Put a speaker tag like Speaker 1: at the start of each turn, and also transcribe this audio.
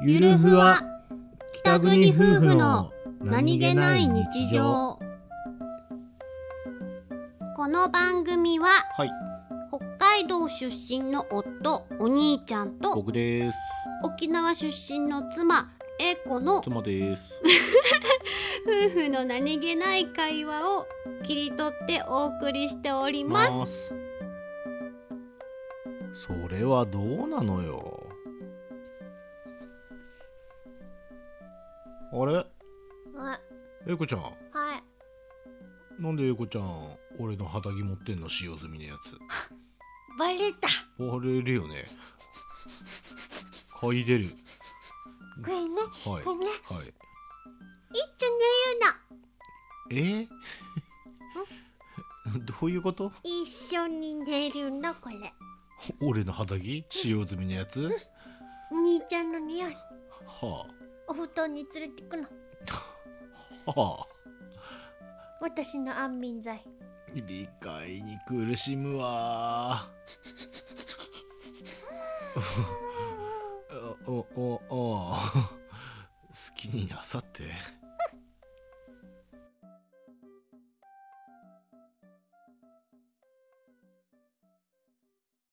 Speaker 1: ゆるふわ北国夫婦の
Speaker 2: この番組は
Speaker 1: はい
Speaker 2: 北海道出身の夫お兄ちゃんと
Speaker 1: 僕です
Speaker 2: 沖縄出身の妻英子の夫
Speaker 1: 妻です
Speaker 2: 婦の何気ない会話を切り取ってお送りしております
Speaker 1: すそれはどうなのよあれ
Speaker 2: あ
Speaker 1: えいこちゃん
Speaker 2: はい
Speaker 1: なんでえいこちゃん俺の肌着持ってんの使用済みのやつ
Speaker 2: バレた
Speaker 1: バレるよね嗅いでる
Speaker 2: これね
Speaker 1: はい
Speaker 2: これね
Speaker 1: はい
Speaker 2: いっちょ
Speaker 1: え
Speaker 2: ね
Speaker 1: ーどういうこと
Speaker 2: ゆの一緒に寝るのこれ
Speaker 1: 俺の肌着使用済みのやつ
Speaker 2: 兄ちゃんの匂い
Speaker 1: は
Speaker 2: お布団に連れてくの
Speaker 1: あはあ
Speaker 2: 私の安眠剤
Speaker 1: 理解に苦しむわ おおお好きになさって